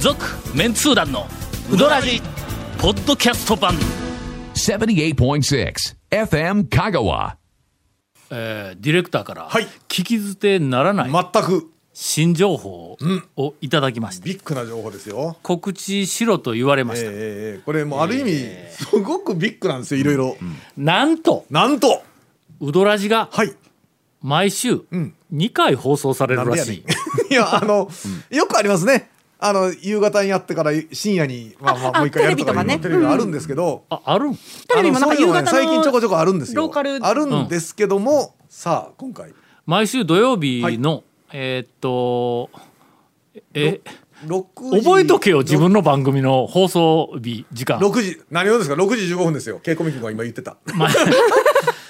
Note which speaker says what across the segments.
Speaker 1: 続メンツー団のウドラジポッドキャスト版、
Speaker 2: 78.6 FM Kagawa.
Speaker 1: えーディレクターから
Speaker 3: はい
Speaker 1: 聞き捨てならない
Speaker 3: 全く
Speaker 1: 新情報をいただきまして、
Speaker 3: ビッグな情報ですよ。
Speaker 1: 告知しろと言われま
Speaker 3: え
Speaker 1: し
Speaker 3: え
Speaker 1: た、
Speaker 3: ええこれもうある意味、すごくビッグなんですよいろいろ。
Speaker 1: なんと
Speaker 3: なんと
Speaker 1: ウドラジが
Speaker 3: はい。
Speaker 1: 毎週2回放送され
Speaker 3: な
Speaker 1: る
Speaker 3: んで
Speaker 1: らし
Speaker 3: やねん
Speaker 1: い、。
Speaker 3: いやあの、よくありますね。あの夕方にやってから深夜にまあまあもう一回やるとかいうの
Speaker 4: テレビ
Speaker 3: テ
Speaker 4: とかね
Speaker 3: レビがあるんですけど。
Speaker 1: ああるん
Speaker 4: テレビもなんか
Speaker 3: あのそういうのが
Speaker 4: 夕方の
Speaker 3: 最近ちょこちょこあるんですよ。
Speaker 4: ローカル
Speaker 3: あるんですけども、さあ今回
Speaker 1: 毎週土曜日の、えーっとえ
Speaker 3: 六時
Speaker 1: 覚えとけよ自分の番組の放送日時間
Speaker 3: 六時何をですか六時十五分ですよ。ケイコミ君が今言ってた。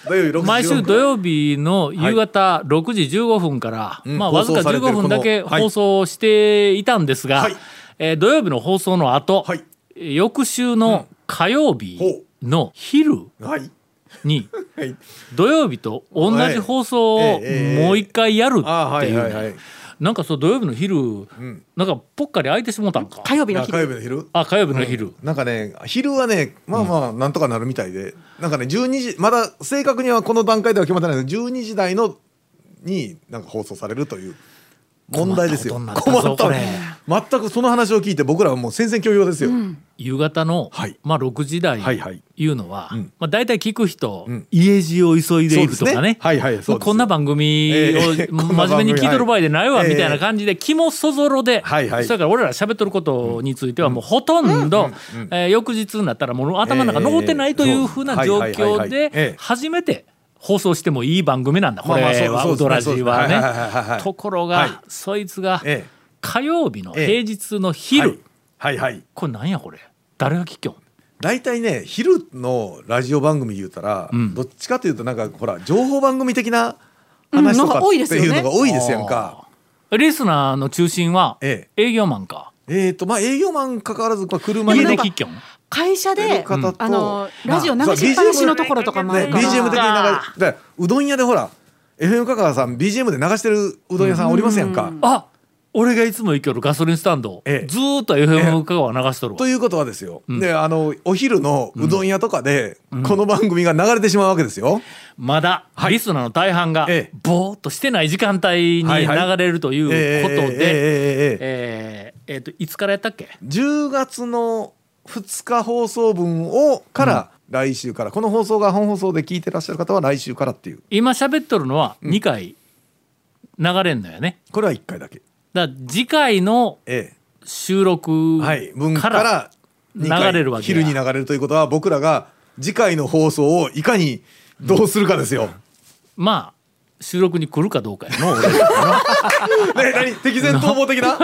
Speaker 1: 毎
Speaker 3: 土曜日六時15分。
Speaker 1: 毎週土曜日の夕方6時15分から、
Speaker 3: うん
Speaker 1: まあ、わずか
Speaker 3: 放送されて
Speaker 1: 15
Speaker 3: るこ
Speaker 1: 分
Speaker 3: の
Speaker 1: だけ
Speaker 3: はい
Speaker 1: 放送していたんですが、
Speaker 3: はい
Speaker 1: えー土曜日の放送の後、
Speaker 3: はい
Speaker 1: 翌週の火曜日の昼
Speaker 3: はい
Speaker 1: に
Speaker 3: はい。
Speaker 1: 土曜日と同じ放送を
Speaker 3: はい
Speaker 1: も
Speaker 3: ええええ
Speaker 1: う一回やるって
Speaker 3: あーはいいうはい
Speaker 1: ね
Speaker 3: はい。
Speaker 1: なんかそう土曜日の昼、
Speaker 3: ん
Speaker 1: なんかぽっかり空いてしもうたんか
Speaker 4: 火曜日の
Speaker 3: あ
Speaker 4: 日
Speaker 3: 火曜日の昼。
Speaker 1: あ火曜日の昼、
Speaker 3: なんかね昼はねまあまあなんとかなるみたいで、なんかね12時まだ正確にはこの段階では決まってないけど12時台のになんか放送されるという問題ですよ
Speaker 1: 困ったことになったぞ
Speaker 3: 全くその話を聞いて僕らはもう戦々恐々ですよ、
Speaker 1: 夕方の、
Speaker 3: はい
Speaker 1: まあ、6時台
Speaker 3: はいはい
Speaker 1: いうのは、
Speaker 3: ん
Speaker 1: まあ、大体聞く人、
Speaker 3: ん
Speaker 1: 家路を急いでいると
Speaker 3: そうです
Speaker 1: かね
Speaker 3: ねはいはいそうです
Speaker 1: まあこんな番組を、
Speaker 3: ええこんな番組
Speaker 1: 真面目に聞いとる場合でないわ、
Speaker 3: はい
Speaker 1: みたいな感じで気もそぞろで、
Speaker 3: はいはい
Speaker 1: それから俺ら喋っとることについてはもうほとんど、えー翌日になったらもう頭の中残ってないとい
Speaker 3: え
Speaker 1: う
Speaker 3: え
Speaker 1: ふうな状
Speaker 3: そうは
Speaker 1: 況
Speaker 3: いはいはいはいえ
Speaker 1: で
Speaker 3: え
Speaker 1: 初めて放送してもいい番組なんだこれ
Speaker 3: まあまあそう
Speaker 1: は
Speaker 3: そう
Speaker 1: ウ
Speaker 3: ですね
Speaker 1: ドラジは
Speaker 3: そうですねはいはいはいは
Speaker 1: ね。
Speaker 3: い
Speaker 1: ところ
Speaker 3: はい
Speaker 1: がそいつが
Speaker 3: ええ
Speaker 1: 火曜日の
Speaker 3: ええ
Speaker 1: 平日の昼、
Speaker 3: はいはいはい
Speaker 1: これなんやこれ誰が聞きょん
Speaker 3: 大体ね昼のラジオ番組言うたら、
Speaker 1: ん
Speaker 3: どっちかというとなんかほら情報番組的な話とかっていうのが多いですやんか、
Speaker 1: リスナーの中心は営
Speaker 3: え
Speaker 1: 業マンか、
Speaker 3: えっ、とまあ営業マンかかわらずまあ車
Speaker 1: 家
Speaker 3: に
Speaker 1: で
Speaker 3: 乗っ
Speaker 1: 喫きょん
Speaker 4: 会社
Speaker 3: やる
Speaker 4: で、
Speaker 3: 方と
Speaker 4: あの
Speaker 3: まあ
Speaker 4: ラジオ流しっぱなしのところとかもあるから、
Speaker 3: ね BGM 的に流れ
Speaker 1: だ
Speaker 3: だからうどん屋でほら FM 香川さん BGM で流してるうどん屋さんおりますやんか。
Speaker 1: あ俺がいつも行きよるガソリンスタンド、
Speaker 3: ええ
Speaker 1: ずーっと FM 香川流しとるわ、
Speaker 3: ということはですよ、であのお昼のうどん屋とかで、この番組が流れてしまうわけですよ。
Speaker 1: まだリスナーの大半が
Speaker 3: ええ
Speaker 1: ぼーっとしてない時間帯に流
Speaker 3: はいはい
Speaker 1: れるということで
Speaker 3: ええええええええ
Speaker 1: えーえーといつからやったっけ
Speaker 3: 10月の2日放送分をから、来週からこの放送が本放送で聞いてらっしゃる方は来週からっていう
Speaker 1: 今喋っとるのは2回流れんのよね
Speaker 3: これは1回だけ。
Speaker 1: だから次回の
Speaker 3: ええ
Speaker 1: 収録
Speaker 3: はい、文
Speaker 1: か
Speaker 3: からら二回
Speaker 1: 流れるわけや
Speaker 3: 昼に流れるということは僕らが次回の放送をいかにどうするかですよ。
Speaker 1: まあ収録に来るかどうかやの俺だ
Speaker 3: ね何敵前逃亡的 な
Speaker 1: っ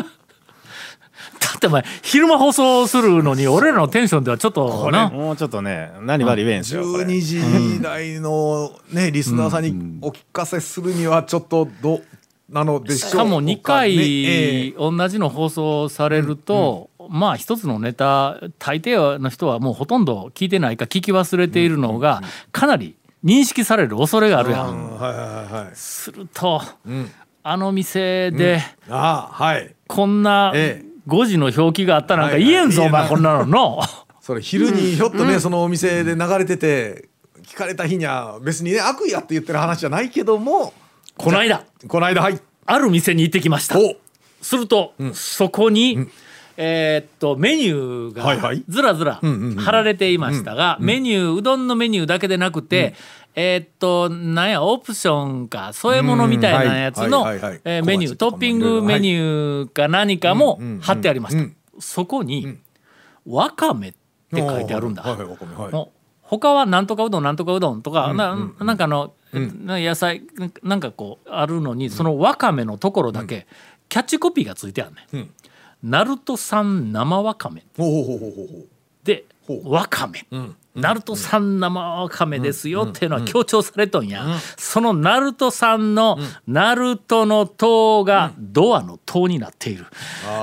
Speaker 1: てお前昼間放送するのに俺らのテンションではちょっとな
Speaker 5: もうちょっとね何割弁しようこれ
Speaker 3: 12時台の、ね、リスナーさんにお聞かせするにはちょっとどうなのでしょう
Speaker 1: しかも2回
Speaker 3: ねええ
Speaker 1: 同じの放送されると、まあ一つのネタ大抵の人はもうほとんど聞いてないか聞き忘れているのがかなり認識される恐れがあるやん。
Speaker 3: うんはいはいはいはい
Speaker 1: すると、
Speaker 3: ん
Speaker 1: あの店で
Speaker 3: ああはい
Speaker 1: こんな
Speaker 3: ええ
Speaker 1: 5時の表記があったなんか
Speaker 3: はいはい
Speaker 1: 言えんぞ、
Speaker 3: 言えな
Speaker 1: お
Speaker 3: い
Speaker 1: 前こんなのの。
Speaker 3: それ昼にひょっとね、そのお店で流れてて聞かれた日には別にね悪意やって言ってる話じゃないけども
Speaker 1: この間
Speaker 3: この間はい
Speaker 1: ある店に行ってきました。
Speaker 3: お
Speaker 1: すると、そこに、えーっとメニュー
Speaker 3: はいは
Speaker 1: が
Speaker 3: い
Speaker 1: ずらずら
Speaker 3: んうんうん
Speaker 1: 貼られていましたが、メニューうどんのメニューだけでなくて、えーっとなんやオプションか添え物みたいなやつ
Speaker 3: うん
Speaker 1: の
Speaker 3: はいはいはいはい
Speaker 1: えーメニュー
Speaker 3: 小鉢
Speaker 1: ト
Speaker 3: とかも
Speaker 1: ッピングメニューか何かも貼ってありまし
Speaker 3: うん
Speaker 1: た
Speaker 3: うん
Speaker 1: そこに「わかめ」って書いてあるんだ
Speaker 3: はいはいわかめはい
Speaker 1: もう他はなんとかうどんなんとかうどんとか、ななんかあの、な野菜なんかなんかこうあるのに、そのわかめのところだけキャッチコピーがついてあるね、
Speaker 3: うん
Speaker 1: 鳴門産生わかめ
Speaker 3: ほうほうほうほうほう
Speaker 1: で
Speaker 3: ほう
Speaker 1: わかめ、
Speaker 3: ん
Speaker 1: 鳴門産生わかめですよっていうのは強調されとんや、その鳴門産の鳴門の塔がドアの塔になっている、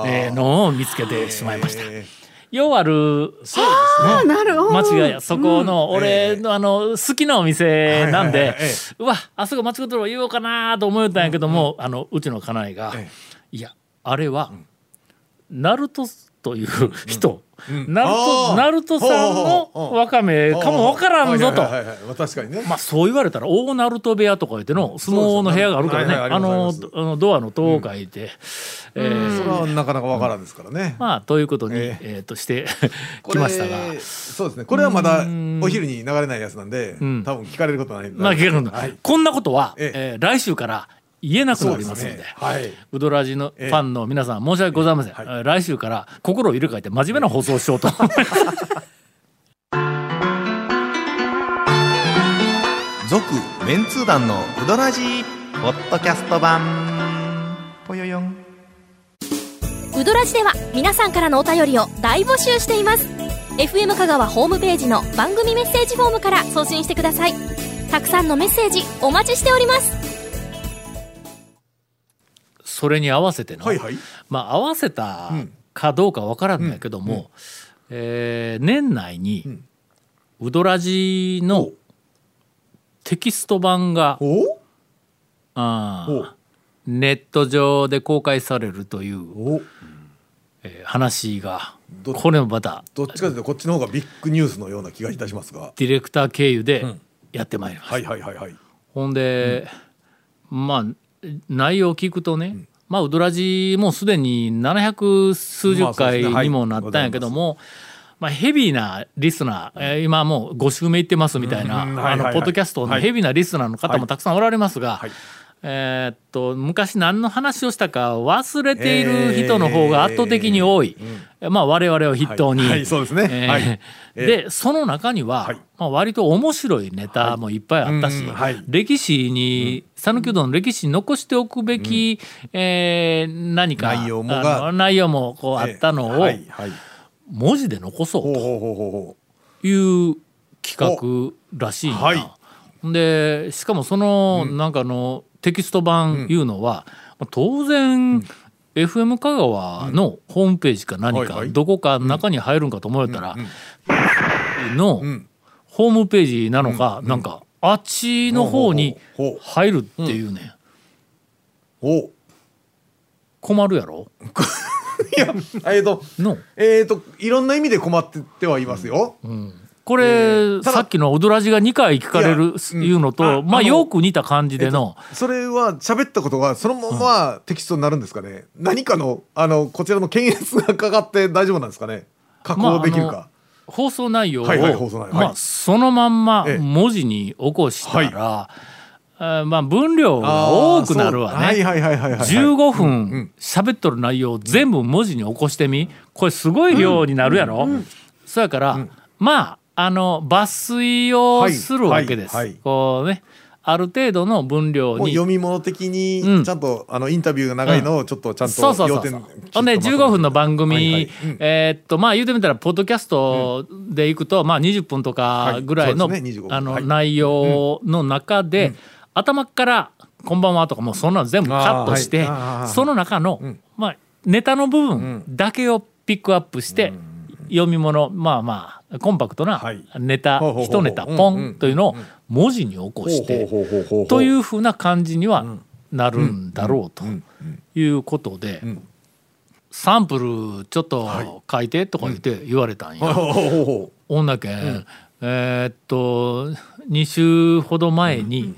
Speaker 1: えーのを見つけてしまいました。
Speaker 3: え
Speaker 1: ようある
Speaker 4: あなるほど
Speaker 1: 間違いやそこの俺
Speaker 3: ええ
Speaker 1: のあの好きなお店なん
Speaker 3: はい
Speaker 1: で
Speaker 3: はいはいえ
Speaker 1: うわあそこ間違ってる言おうかなと思ったんやけどもあのうちの家内が
Speaker 3: え
Speaker 1: いやあれは鳴門という人、
Speaker 3: うん
Speaker 1: ナル
Speaker 3: あ
Speaker 1: ト
Speaker 3: ー
Speaker 1: ナルトさんの
Speaker 3: ほうほうほう
Speaker 1: わかめかもわからんぞと
Speaker 3: はい。はいはいはいまあ確かにね。
Speaker 1: まあそう言われたら大ナルト部屋とか言っての相撲の部屋があるからね
Speaker 3: そうです
Speaker 1: あ
Speaker 3: よねはいはいあ
Speaker 1: の
Speaker 3: りますあり
Speaker 1: あのドアの塔を書いて、えー
Speaker 3: それはなかなかわからんですからね。
Speaker 1: まあということに、え
Speaker 3: え
Speaker 1: ー
Speaker 3: ー
Speaker 1: として
Speaker 3: こ
Speaker 1: き
Speaker 3: れ
Speaker 1: ましたが。
Speaker 3: そうですね。これはまだお昼に流れないやつなんで、多分聞かれることないんで。
Speaker 1: まあ、聞けるんだ
Speaker 3: はい
Speaker 1: こんなことは、
Speaker 3: ええ
Speaker 1: えー来週から言えなくなりますの
Speaker 3: そ
Speaker 1: で
Speaker 3: うですねはい
Speaker 1: ウドラジのファンの皆さん申し訳ございません、
Speaker 3: はい
Speaker 1: えー来週から心を入れ替えて真面目な放送をしよ うと
Speaker 6: 続メンツー団のウドラジーポッドキャスト版ぽよよん
Speaker 7: ウドラジでは皆さんからのお便りを大募集しています FM 香川ホームページの番組メッセージフォームから送信してくださいたくさんのメッセージお待ちしております
Speaker 1: それに合わせての、
Speaker 3: はいはい
Speaker 1: まあ合わせたかどうかわからんのやけども、えー年内に、ウドラジのテキスト版が
Speaker 3: お
Speaker 1: あ
Speaker 3: お
Speaker 1: ーネット上で公開されるという、
Speaker 3: お
Speaker 1: えー話が
Speaker 3: ど
Speaker 1: これもまた
Speaker 3: どっちかというとこっちの方がビッグニュースのような気がいたしますが。
Speaker 1: ディレクター経由でやってまいりました、
Speaker 3: はいはいはいはい。
Speaker 1: ほんで、まあ内容を聞くとね、まあウドラジもうすでに700数十
Speaker 3: まあそう
Speaker 1: 回
Speaker 3: ですねはい
Speaker 1: にもなったんやけども、まあ、ヘビーなリスナー、えー今もう5週目行ってますみたいな、
Speaker 3: うんはい
Speaker 1: あ
Speaker 3: はい
Speaker 1: の
Speaker 3: はい
Speaker 1: ポッドキャストのヘビーなリスナーの方もたくさんおられますが、
Speaker 3: はい
Speaker 1: えーっと昔何の話をしたか忘れている人の方が圧倒的に多い、まあ、我々を筆頭に、
Speaker 3: はいはいそうですね
Speaker 1: えー
Speaker 3: はい
Speaker 1: でその中には、
Speaker 3: はい
Speaker 1: まあ、割と面白いネタもいっぱいあったし、
Speaker 3: うんはい
Speaker 1: 歴史に讃岐うどんの歴史に残しておくべき、えー何か
Speaker 3: 内容もが
Speaker 1: あの内容もこうあったのを
Speaker 3: はいはい。
Speaker 1: 文字で残そ
Speaker 3: ほう
Speaker 1: う
Speaker 3: ほうほうほうほ
Speaker 1: という企画らしいな。
Speaker 3: おはい
Speaker 1: でしかもその、なんかあのテキスト版いうのは、まあ当然、FM 香川のホームページか何か、
Speaker 3: はいはい
Speaker 1: どこか中に入るんかと思えたら、の、
Speaker 3: ん
Speaker 1: ホームページなのか、なんかあっちの方に
Speaker 3: ほうほうほう
Speaker 1: 入るっていうね、
Speaker 3: う。おう
Speaker 1: 困るやろ
Speaker 3: いやえっと
Speaker 1: の
Speaker 3: えっといろんな意味で困っててはいますよ。
Speaker 1: これ、
Speaker 3: ただ
Speaker 1: さっきの「踊らじ」が2回聞かれる
Speaker 3: いやうん
Speaker 1: いうのと
Speaker 3: あ
Speaker 1: まあ
Speaker 3: あの
Speaker 1: よく似た感じでの、
Speaker 3: それは喋ったことがそのままテキストになるんですかね。何かのあのこちらの検閲がかかって大丈夫なんですかね。加
Speaker 1: まあ
Speaker 3: 工できる
Speaker 1: あの
Speaker 3: か。
Speaker 1: 放送内容を、
Speaker 3: はいはい放送内容
Speaker 1: ま
Speaker 3: は
Speaker 1: あ、
Speaker 3: い
Speaker 1: そのまんま
Speaker 3: ええ
Speaker 1: 文字に起こしたら、えーまあ、分量が多くなるわね。
Speaker 3: あーそうはいはいはいはいはい。
Speaker 1: 15分喋っとる内容を全部文字に起こしてみこれすごい量になるやろ、そやから、まああの抜粋をするわけです、
Speaker 3: はいはいはい
Speaker 1: こうねある程度の分量
Speaker 3: もう
Speaker 1: に
Speaker 3: 読み物的
Speaker 1: うん
Speaker 3: にちゃんと、あのインタビューが長いのをちょっとちゃんと
Speaker 1: そうそうそうそうほんで15分の番組、
Speaker 3: はいはいうん
Speaker 1: えーっとまあ言うてみたらポッドキャストでいくと、まあ20分とかぐらいの,、
Speaker 3: はいそうですね25分
Speaker 1: あの
Speaker 3: はい
Speaker 1: 内容の中で、頭から「こんばんは」とかもうそんなの全部カットして、
Speaker 3: あーはいあー
Speaker 1: その中の、まあ、ネタの部分だけをピックアップして、読み物まあまあコンパクトな
Speaker 3: はい
Speaker 1: ネタ、
Speaker 3: ほうほうほうほ
Speaker 1: 一
Speaker 3: う
Speaker 1: ネタ
Speaker 3: うん
Speaker 1: ポ
Speaker 3: う
Speaker 1: ン
Speaker 3: ん
Speaker 1: というのを文字に起こして。というふうな感じにはなるんだろうということでサンプルちょっと書いてとか言って言われたんや。
Speaker 3: う
Speaker 1: ほんだけんえーっと2週ほど前に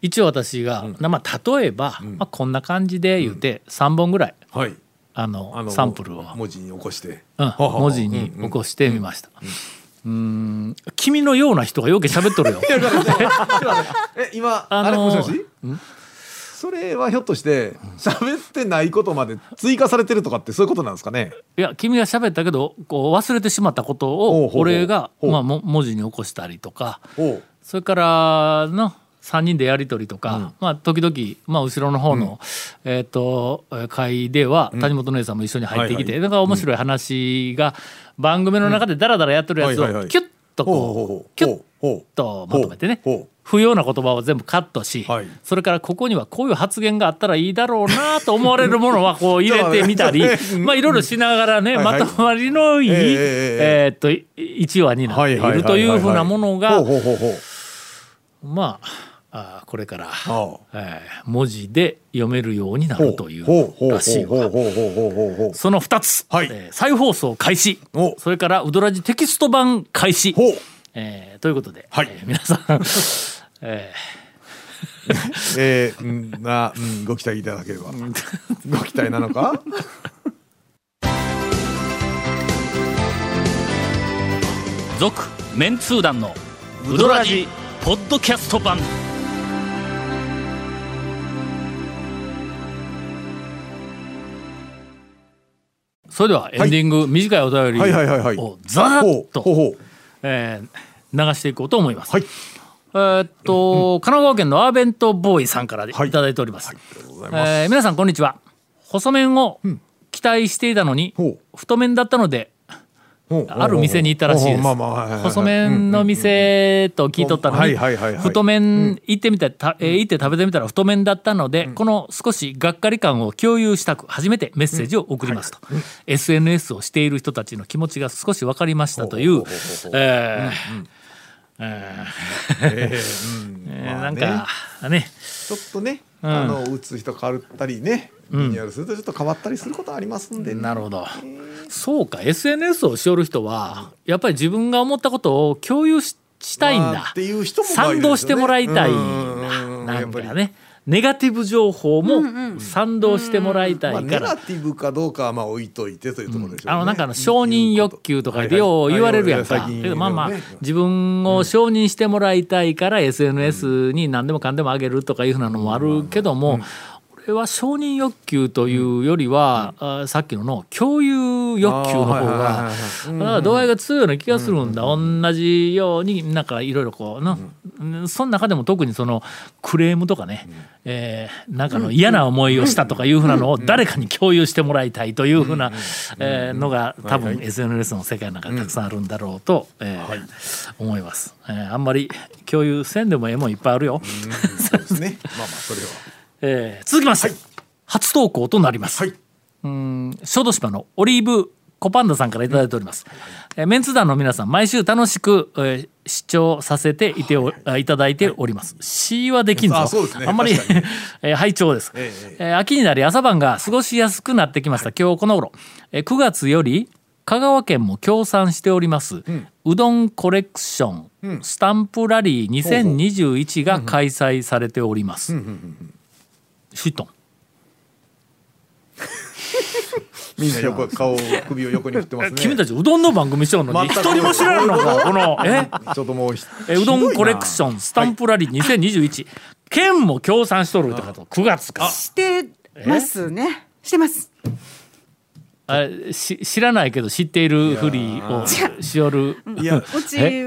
Speaker 1: 一応私がまあ例えばまあこんな感じで言うて3本ぐらい
Speaker 3: はい
Speaker 1: あ
Speaker 3: あ
Speaker 1: の
Speaker 3: の
Speaker 1: サンプルを
Speaker 3: 文字に起こして
Speaker 1: うん文字に起こしてみました。うーん君のような人がよく喋っとるよ。
Speaker 3: え今
Speaker 1: あのー
Speaker 3: あれもしもしそれはひょっとして喋ってないことまで追加されてるとかってそういうことなんですかね
Speaker 1: いや君が喋ったけどこう忘れてしまったこと
Speaker 3: ほうほ
Speaker 1: を
Speaker 3: うほう
Speaker 1: 俺が
Speaker 3: ほう
Speaker 1: まあ、も文字に起こしたりとか
Speaker 3: おう
Speaker 1: それからの3人でやり取りとか、まあ、時々、まあ、後ろの方の、えー、とえー会では谷本姉さんも一緒に入ってきて、
Speaker 3: は
Speaker 1: なんか面白い話が番組の中でダラダラやってるやつ
Speaker 3: はいはいは
Speaker 1: を
Speaker 3: い
Speaker 1: キュッと
Speaker 3: ほうほう
Speaker 1: こ
Speaker 3: ほ
Speaker 1: う
Speaker 3: う
Speaker 1: キュッ
Speaker 3: ほう
Speaker 1: とまとめてね
Speaker 3: ほうほう
Speaker 1: 不要な言葉を全部カットし、
Speaker 3: はい
Speaker 1: それからここにはこういう発言があったらいいだろうなと思われるものはこう入れてみたり まあいろいろしながらね
Speaker 3: はいはい
Speaker 1: まとまりのいい、
Speaker 3: ええ
Speaker 1: え
Speaker 3: え
Speaker 1: ーっと1話になっているというふうなものが
Speaker 3: ほうほうほうほう
Speaker 1: まああーこれから、
Speaker 3: ほ
Speaker 1: えー文字で読めるようにな
Speaker 3: う
Speaker 1: るというらしいわ。
Speaker 3: ほうほうほうほうほうほう
Speaker 1: その2つ、
Speaker 3: はい
Speaker 1: えー再放送開始
Speaker 3: お
Speaker 1: それから「ウドラジテキスト版開始
Speaker 3: ほう。
Speaker 1: えーということで、
Speaker 3: はい
Speaker 1: えー皆さん、 え
Speaker 3: えー、んな、うん、ご期待いただければ。ご期待なのか。
Speaker 1: ー、続メンツー団のウドラジポッドキャスト版それではエンディング、短いお便り
Speaker 3: はいはいはいはい
Speaker 1: をざーっ
Speaker 3: ほうほ
Speaker 1: と
Speaker 3: うほう
Speaker 1: えー流していこうと思います。
Speaker 3: はい。
Speaker 1: えーっと神奈川県のアーベントボーイさんからでい
Speaker 3: はい
Speaker 1: ただいております。
Speaker 3: ありがとうございます。
Speaker 1: えー皆さんこんにちは細麺を期待していたのに、
Speaker 3: ほう
Speaker 1: 太麺だったので
Speaker 3: ほうほうほう
Speaker 1: ある店に行ったらしいです
Speaker 3: ほうほうまあまあはいはいはい
Speaker 1: 細麺の店と聞いとったの
Speaker 3: は
Speaker 1: に
Speaker 3: いはいはいはい
Speaker 1: 太麺行ってみてた、えー行って食べてみたら太麺だったので、この少しがっかり感を共有したく初めてメッセージを送りますと、SNS をしている人たちの気持ちが少し分かりましたというえーえー えーなんかね
Speaker 3: ちょっとね、あの打つ人変わったりね、リニューアルするとちょっと変わったりすることありますんで、ね
Speaker 1: なるほど。そうか、SNS をしおる人は、やっぱり自分が思ったことを共有ししたいん
Speaker 3: まあ
Speaker 1: だ。
Speaker 3: っていう人もまあい
Speaker 1: 賛
Speaker 3: るでしょうね
Speaker 1: 同してもらいたい
Speaker 3: うんうんうん
Speaker 1: な。なん
Speaker 3: やっ
Speaker 1: か
Speaker 3: ぱ
Speaker 1: ね、ネガティブ情報も賛同してもらいたい
Speaker 3: まあ、
Speaker 1: か
Speaker 3: ネ
Speaker 1: ら
Speaker 3: ガ。ティブかどうかはまあ置いといてというところでしょう、ね
Speaker 1: あのなんかあの承認欲求とかでよう言われるやんか、
Speaker 3: はいはいはい
Speaker 1: けどまあまあ
Speaker 3: 最近
Speaker 1: 自分を承認してもらいたいから SNS に何でもかんでもあげるとかいうふうなのもあるけども俺は承認欲求というよりは、あさっきのの共有欲求の方
Speaker 3: あーはいはいはい
Speaker 1: が
Speaker 3: は
Speaker 1: だ
Speaker 3: い
Speaker 1: から度合いが強いような気がするんだ、同じようになんかいろいろこうな、うんその中でも特にそのクレームとかね、えーなんかの嫌な思いをしたとかいうふうなのを誰かに共有してもらいたいというふうな、えーのが多分 SNS の世界なんかたくさんあるんだろうと、えー思います、えーあんまり共有せんでもええもんいっぱいあるよ、
Speaker 3: そうですねまあまあそれは
Speaker 1: えー続きまして、初投稿となります、
Speaker 3: はいう
Speaker 1: ーん小豆島のオリーブコパンダさんからいただいております、えーメンツ団の皆さん毎週楽しく、えー視聴させていてお、あい、ただいております、詩はできんぞ
Speaker 3: あそうですね
Speaker 1: あんまり
Speaker 3: 確かに
Speaker 1: えー拝聴です、
Speaker 3: ええ
Speaker 1: えー秋になり朝晩が過ごしやすくなってきました、今日この頃、えー9月より香川県も協賛しております、うどんコレクション、スタンプラリー2021が開催されております、シトン
Speaker 3: みんな横顔首を横に振ってますね
Speaker 1: 君たちうどんの番組してるのに
Speaker 3: 全
Speaker 1: 一
Speaker 3: く
Speaker 1: 人も知らんの かこのえ
Speaker 3: ちょっともうひ
Speaker 1: えうどんコレクションスタンプラリー2021県も協賛しとるってこと9月か
Speaker 4: してますね。してます。
Speaker 1: あし知らないけど知っているふりをしおる
Speaker 3: いや
Speaker 4: うち
Speaker 1: え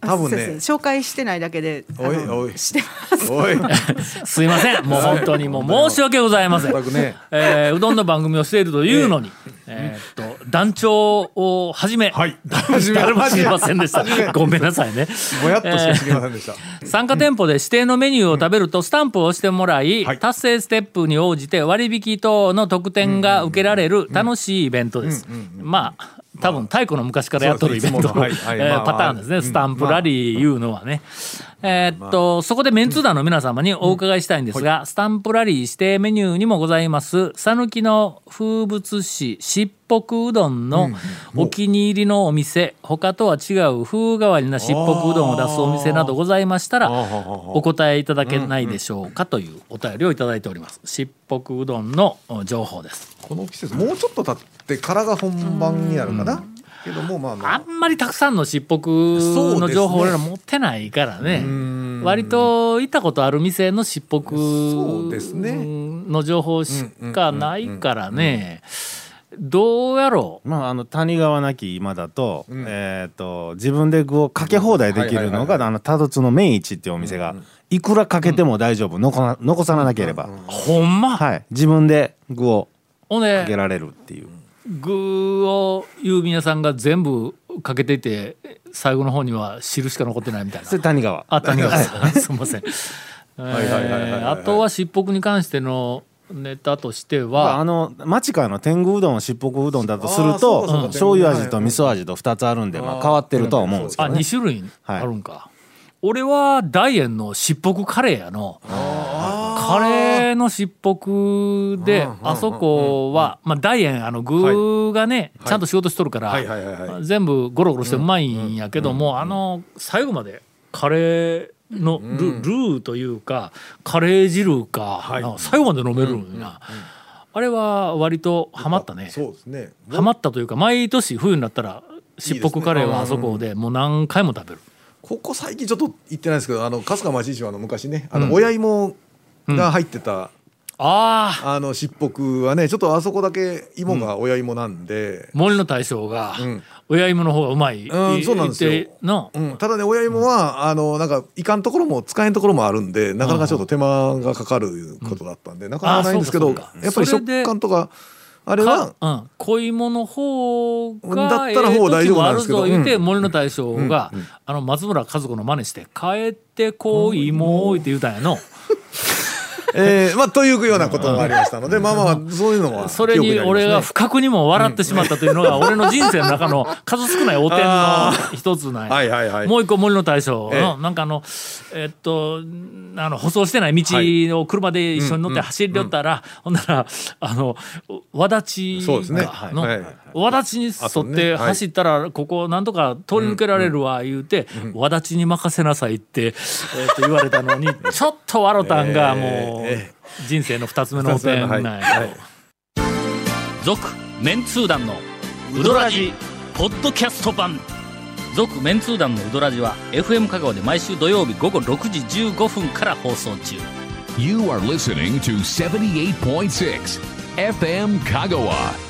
Speaker 3: 多分ね
Speaker 4: 先生紹介してないだけで、あ
Speaker 3: おい
Speaker 4: の
Speaker 3: おい
Speaker 4: してます。
Speaker 3: おい
Speaker 1: すいませんもう本当にもう申し訳ございません
Speaker 3: 全くね
Speaker 1: えーうどんの番組をしているというのに、えーっと団長をはじめ、
Speaker 3: はい
Speaker 1: 誰も知りませんでしたごめんなさいね
Speaker 3: ぼやっとしか知りませんでした、
Speaker 1: 参加店舗で指定のメニューを食べるとスタンプを押してもらい、
Speaker 3: はい
Speaker 1: 達成ステップに応じて割引等の特典が受けられる楽しいイベントです。まあ多分太古の昔からやっとるイベントの
Speaker 3: そうですねいつものはいは い
Speaker 1: えー
Speaker 3: まあまあ
Speaker 1: パターンですね、
Speaker 3: うん
Speaker 1: スタンプラリーいうのはね、えーっとそこでメンツー団の皆様にお伺いしたいんですが、スタンプラリー指定メニューにもございます讃岐の風物詩しっぽくうどんのお気に入りのお店、他とは違う風変わりなしっぽくうどんを出すお店などございましたらお答えいただけないでしょうかというお便りをいただいておりますしっぽくうどんのお情報です
Speaker 3: この季節もうちょっと経ってからが本番になるかなけどもまあま
Speaker 1: あ
Speaker 3: あ
Speaker 1: んまりたくさんのしっぽくの情報
Speaker 3: そう
Speaker 1: 俺
Speaker 3: ですね
Speaker 1: ら持ってないからね割と行ったことある店のしっぽく
Speaker 3: そうですね
Speaker 1: の情報しかないからねどうやろう
Speaker 5: まあ、あの谷川なき今だと,、えー、と自分で具をかけ放題できるのがあの多度津の麺一っていうお店が、いくらかけても大丈夫残な残さなければ、
Speaker 1: ほんま、
Speaker 5: はい、自分で具を
Speaker 1: ほん
Speaker 5: かけ
Speaker 1: で
Speaker 5: られるっていう、
Speaker 1: 具を郵便屋さんが全部かけていて最後の方には汁しか残ってないみ たいな
Speaker 5: それ谷川
Speaker 1: あ谷川さん すみません。え
Speaker 3: いはいはいはいはい
Speaker 1: ーあとはしっぽくに関してのネタとして
Speaker 5: あ
Speaker 1: は、
Speaker 5: の町からの天狗うどんをしっぽくうどんだとす
Speaker 3: あ
Speaker 5: る
Speaker 3: ーそう
Speaker 5: と
Speaker 3: かそうか
Speaker 5: 醤油味
Speaker 3: 天
Speaker 5: と
Speaker 3: 狗
Speaker 5: 味噌味と2つあるんで、まあ、変わってるとは思うんですけ
Speaker 1: あ
Speaker 5: どね
Speaker 1: 二種類
Speaker 5: は
Speaker 1: あ
Speaker 5: い
Speaker 1: るんか。俺は大円のしっぽくカレーやのカレーのしっぽくであそこはまあ大円あの具がねちゃんと仕事しとるか
Speaker 3: はいはいはい
Speaker 1: ら
Speaker 3: は
Speaker 1: 全部ゴロゴロしてうまいんやけどもあの最後までカレーのルルーというかカレー汁かな最後まで飲めるんやあれは割とハマったね
Speaker 3: そうですね
Speaker 1: ハマったというか毎年冬になったらしっぽくカレーはあそこでもう何回も食べる。
Speaker 3: ここ最近ちょっと行ってないですけどあの春日町市はあの昔ねあの親芋が入ってた、
Speaker 1: ああ
Speaker 3: あのしっぽくはねちょっとあそこだけ芋が親芋なんで、
Speaker 1: 森の大将が
Speaker 3: ん
Speaker 1: 親芋の方がうまい、
Speaker 3: うんそうなんですよ
Speaker 1: 言っての
Speaker 3: うんただね親芋は、あのなんかいかんところも使えんところもあるんでなかなかちょっと手間がかかることだったんで、なかなかないんですけ
Speaker 1: あ
Speaker 3: ど
Speaker 1: そうかそうか
Speaker 3: やっぱり
Speaker 1: それで
Speaker 3: 食感とかあれは
Speaker 1: か、うん、小芋の方が
Speaker 3: だったら方大丈夫なんですけど
Speaker 1: ええ時もあるぞ言って森の大将が、あの松村和子の真似して「帰ってこい芋を」って言うたんやの。
Speaker 3: えーまあというようなこともありましたので、まあまあそういうのは
Speaker 1: それ
Speaker 3: 記憶
Speaker 1: に
Speaker 3: ありますね
Speaker 1: 俺が不覚にも笑ってしまったというのが俺の人生の中の数少ない汚点の一つなんや
Speaker 3: はいはいはい
Speaker 1: もう一個森の大将
Speaker 3: え
Speaker 1: の
Speaker 3: え
Speaker 1: なんかあのえっとあの舗装してない道を車で一緒に乗って走り寄ったらほんならあの和立ち
Speaker 3: そうですね
Speaker 1: かの
Speaker 3: はいはい
Speaker 1: 和立ちに沿って走ったらここなんとか通り抜けられるわ言うて和立ちに任せなさいってえっと言われたの にちょっと笑うたんがも
Speaker 3: ええ
Speaker 1: う人生の二つ目の汚点なんやけど続メンツー団のウドラジポッドキャスト版続メンツー団のウドラジは FM 香川で毎週土曜日午後6時15分から放送中
Speaker 2: You are listening to 78.6 FM Kagawa.